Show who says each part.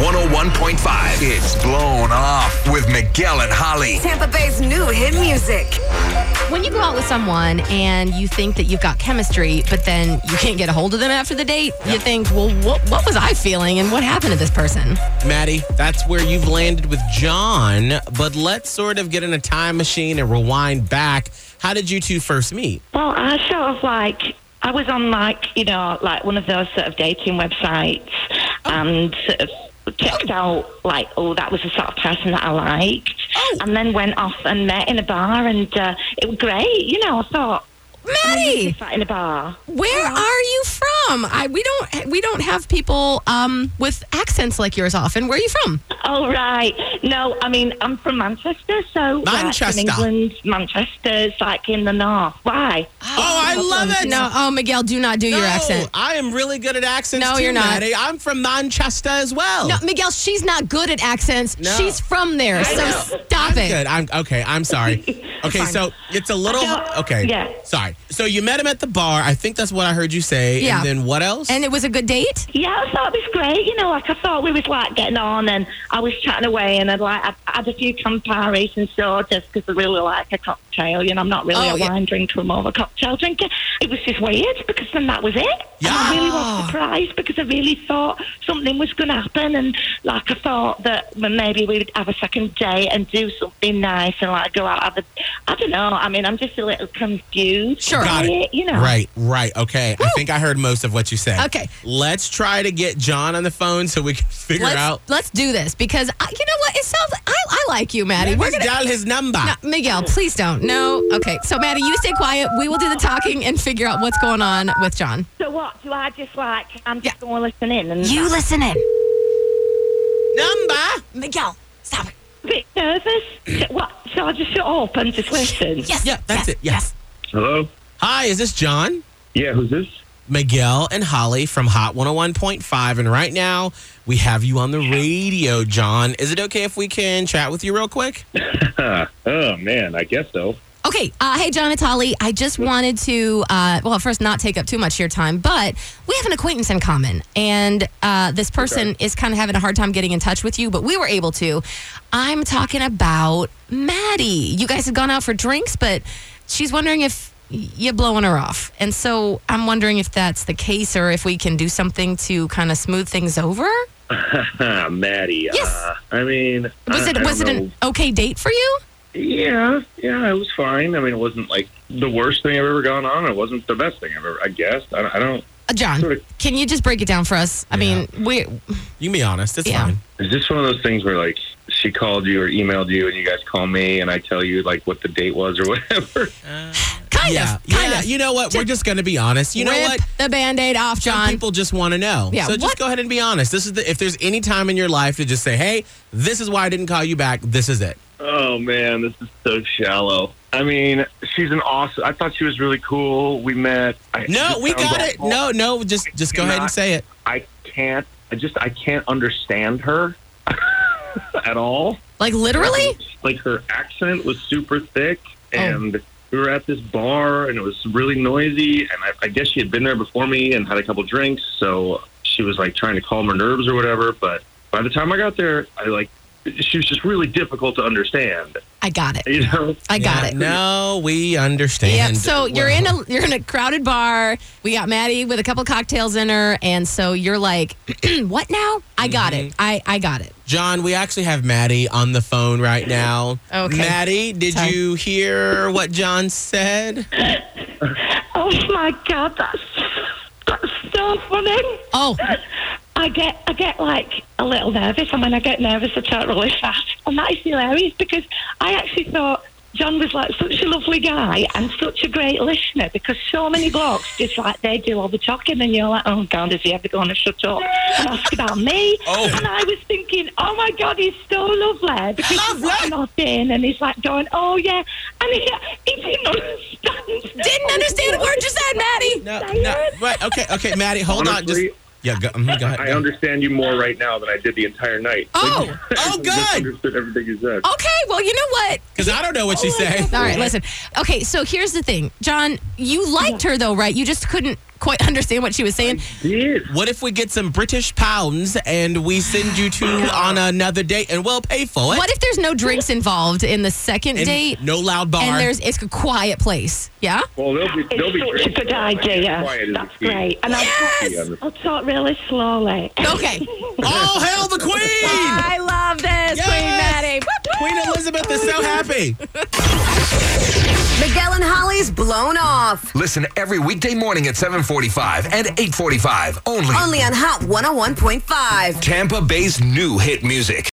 Speaker 1: 101.5. It's Blown Off with Miguel and Holly.
Speaker 2: Tampa Bay's new hit music.
Speaker 3: When you go out with someone and you think that you've got chemistry, but then you can't get a hold of them after the date, you think, well, what, what was I feeling and what happened to this person?
Speaker 4: Maddie, that's where you've landed with John, but let's sort of get in a time machine and rewind back. How did you two first meet?
Speaker 5: Well, I sort of like I was on like you know like one of those sort of dating websites
Speaker 4: Oh.
Speaker 5: and sort of checked out like oh that was the sort of person that I liked,
Speaker 4: Oh.
Speaker 5: and then went off and met in a bar and uh, it was great. You know, I thought "Oh,
Speaker 3: Maddie,
Speaker 5: sat in a bar.
Speaker 3: where are you from? I, we don't we don't have people um, with accents like yours often. Where are you from?
Speaker 4: Oh,
Speaker 5: All Oh, right. No, I mean I'm from Manchester, so like,
Speaker 4: Manchester.
Speaker 5: in England, Manchester's like in the north. Why?
Speaker 4: Oh, I love it.
Speaker 3: No, oh Miguel, do not do
Speaker 4: No,
Speaker 3: your accent.
Speaker 4: I am really good at accents.
Speaker 3: No,
Speaker 4: too,
Speaker 3: you're not.
Speaker 4: Maddie. I'm from Manchester as well.
Speaker 3: No, Miguel, she's not good at accents.
Speaker 4: No.
Speaker 3: She's from there, so stop
Speaker 4: I'm
Speaker 3: it.
Speaker 4: good. I'm okay. I'm sorry. Okay, so it's a little
Speaker 5: don't-
Speaker 4: okay.
Speaker 5: yeah.
Speaker 4: Sorry. So you met him at the bar. I think that's what I heard you say.
Speaker 3: Yeah.
Speaker 4: And then what else?
Speaker 3: And it was a good date.
Speaker 5: Yeah, I thought it was great. You know, like I thought we was like getting on, and I was chatting away, and I'd like I had a few Camparis and sodas because I really like a cocktail. You know, I'm not really
Speaker 3: Oh,
Speaker 5: a
Speaker 3: yeah.
Speaker 5: wine drinker, I'm more of a cocktail drinker. It was just weird because then that was it. And I really was surprised because I really thought something was going to happen, and like I thought that well, maybe we'd have a second date and do something nice and like go out. Have a, I don't know. I mean, I'm just a little confused.
Speaker 3: Sure.
Speaker 5: by
Speaker 4: Got it.
Speaker 5: You know.
Speaker 4: Right, right. Okay. I think I heard most of what you said.
Speaker 3: Okay.
Speaker 4: Let's try to get John on the phone so we can figure
Speaker 3: Let's,
Speaker 4: out.
Speaker 3: let's do this because I, you know what? It sounds. I, I like you, Maddie. We're
Speaker 4: Let's
Speaker 3: gonna.
Speaker 4: dial his number.
Speaker 3: No, Miguel, please don't. No. Okay. So, Maddie, you stay quiet. We will do the talking and figure out what's going on with John.
Speaker 5: So what? Do I just like? I'm just
Speaker 3: Yeah.
Speaker 5: going to listen in and.
Speaker 2: You listen in.
Speaker 4: Number?
Speaker 2: Miguel, stop it.
Speaker 5: bit nervous. Sh- what? Shall I just shut up and just listen?
Speaker 2: Yes.
Speaker 4: Yeah, that's it. Yeah.
Speaker 6: Hello?
Speaker 4: Hi, is this John?
Speaker 6: Yeah, who's this?
Speaker 4: Miguel and Holly from Hot 101.5. And right now, we have you on the radio, John. Is it okay if we can chat with you real quick?
Speaker 6: oh, man, I guess so.
Speaker 3: Okay. Uh, hey, John, it's Holly. I just wanted to, uh, well, first, not take up too much of your time, but we have an acquaintance in common. And uh, this person is kind of having a hard time getting in touch with you, but we were able to. I'm talking about Maddie. You guys had gone out for drinks, but she's wondering if you're blowing her off. And so I'm wondering if that's the case or if we can do something to kind of smooth things over.
Speaker 6: Ah, Maddie.
Speaker 3: Yes.
Speaker 6: Uh, I mean,
Speaker 3: Was
Speaker 6: I, I
Speaker 3: it
Speaker 6: don't
Speaker 3: was it
Speaker 6: know.
Speaker 3: an okay date for you?
Speaker 6: Yeah, yeah, it was fine. I mean, it wasn't like the worst thing I've ever gone on. It wasn't the best thing I've ever, I guess. I, don't- I don't.
Speaker 3: Uh, John,
Speaker 6: Sure.
Speaker 3: can you just break it down for us? I mean, we
Speaker 4: You can be honest. It's
Speaker 3: Yeah.
Speaker 4: fine.
Speaker 6: Is this one of those things where, like, she called you or emailed you and you guys call me and I tell you, like, what the date was or whatever?
Speaker 3: kind
Speaker 4: yeah.
Speaker 3: of kind
Speaker 4: yeah.
Speaker 3: of
Speaker 4: You know what? We're just going to be honest. You know
Speaker 3: rip
Speaker 4: what?
Speaker 3: the band-aid off,
Speaker 4: Some
Speaker 3: John.
Speaker 4: people just want to know.
Speaker 3: Yeah,
Speaker 4: So just
Speaker 3: what-
Speaker 4: go ahead and be honest. This is the, if there's any time in your life to just say, "Hey, this is why I didn't call you back. This is it."
Speaker 6: Oh man, this is so shallow. I mean, she's an awesome. I thought she was really cool. We met. I,
Speaker 4: No,
Speaker 6: this
Speaker 4: we
Speaker 6: sounds
Speaker 4: got it.
Speaker 6: awful.
Speaker 4: No, no, just just go ahead and
Speaker 6: cannot-
Speaker 4: say it.
Speaker 6: I can't. I just I can't understand her at all.
Speaker 3: like literally?
Speaker 6: Like her accent was super thick,
Speaker 3: Oh.
Speaker 6: and we were at this bar, and it was really noisy. And I, I guess she had been there before me and had a couple drinks, so she was like trying to calm her nerves or whatever. But by the time I got there, I like she was just really difficult to understand.
Speaker 3: I got it.
Speaker 6: You know.
Speaker 3: I got
Speaker 4: Yeah,
Speaker 3: it.
Speaker 4: No, we
Speaker 3: Yep.
Speaker 4: understand.
Speaker 3: so you're in a you're in a crowded bar. We got Maddie with a couple cocktails in her, and so you're like, "What now? I got it.
Speaker 4: Mm-hmm.
Speaker 3: I I got it."
Speaker 4: John, we actually have Maddie on the phone right now.
Speaker 3: Okay.
Speaker 4: Maddie, did
Speaker 3: Sorry.
Speaker 4: you hear what John said?
Speaker 5: Oh my god, that's that's so funny.
Speaker 3: Oh,
Speaker 5: I get I get like a little nervous, and when I get nervous, I talk really fast, and that is hilarious because I actually thought. John was like such a lovely guy and such a great listener because so many blokes just like they do all the talking and you're like, oh God, is he ever going to shut up and ask about me?
Speaker 4: Oh.
Speaker 5: And I was thinking, oh my God, he's so lovely because he's like not in and he's like going, oh yeah, and he, he didn't understand.
Speaker 3: didn't understand a word you said, Maddie.
Speaker 4: No, no. Right. Okay. Okay, Maddie, hold on.
Speaker 6: Honestly,
Speaker 4: Just yeah. Go, mhm, go ahead.
Speaker 6: I understand you more right now than I did the entire night.
Speaker 3: Oh.
Speaker 6: Like,
Speaker 4: Oh,
Speaker 6: I
Speaker 4: good.
Speaker 6: just Understood everything you said.
Speaker 3: Okay, well, you know what?
Speaker 4: Because I don't know what she's saying.
Speaker 3: All right, listen. Okay, so here's the thing, John. You liked her though, right? You just couldn't quite understand what she was saying.
Speaker 6: Did
Speaker 4: What if we get some British pounds and we send you two on another date and we'll pay for it?
Speaker 3: What if there's no drinks involved in the second
Speaker 4: And
Speaker 3: date?
Speaker 4: No loud bar.
Speaker 3: And there's it's a quiet place. Yeah.
Speaker 6: well, they'll be
Speaker 5: It's
Speaker 6: they'll be
Speaker 5: such a
Speaker 6: drinking.
Speaker 5: good
Speaker 6: Like,
Speaker 5: idea.
Speaker 6: quiet as a
Speaker 5: That's
Speaker 6: key.
Speaker 5: great. And I'll,
Speaker 6: Yeah,
Speaker 5: talk, I'll talk really slowly.
Speaker 3: Okay.
Speaker 4: All hail the queen!
Speaker 3: I love this, Queen
Speaker 4: Yes!
Speaker 3: Maddie. Woo-hoo!
Speaker 4: Queen Elizabeth is so happy.
Speaker 2: Miguel and Holly's blown off.
Speaker 1: Listen every weekday morning at 745 and 845 only.
Speaker 2: Only on Hot 101.5.
Speaker 1: Tampa Bay's new hit music.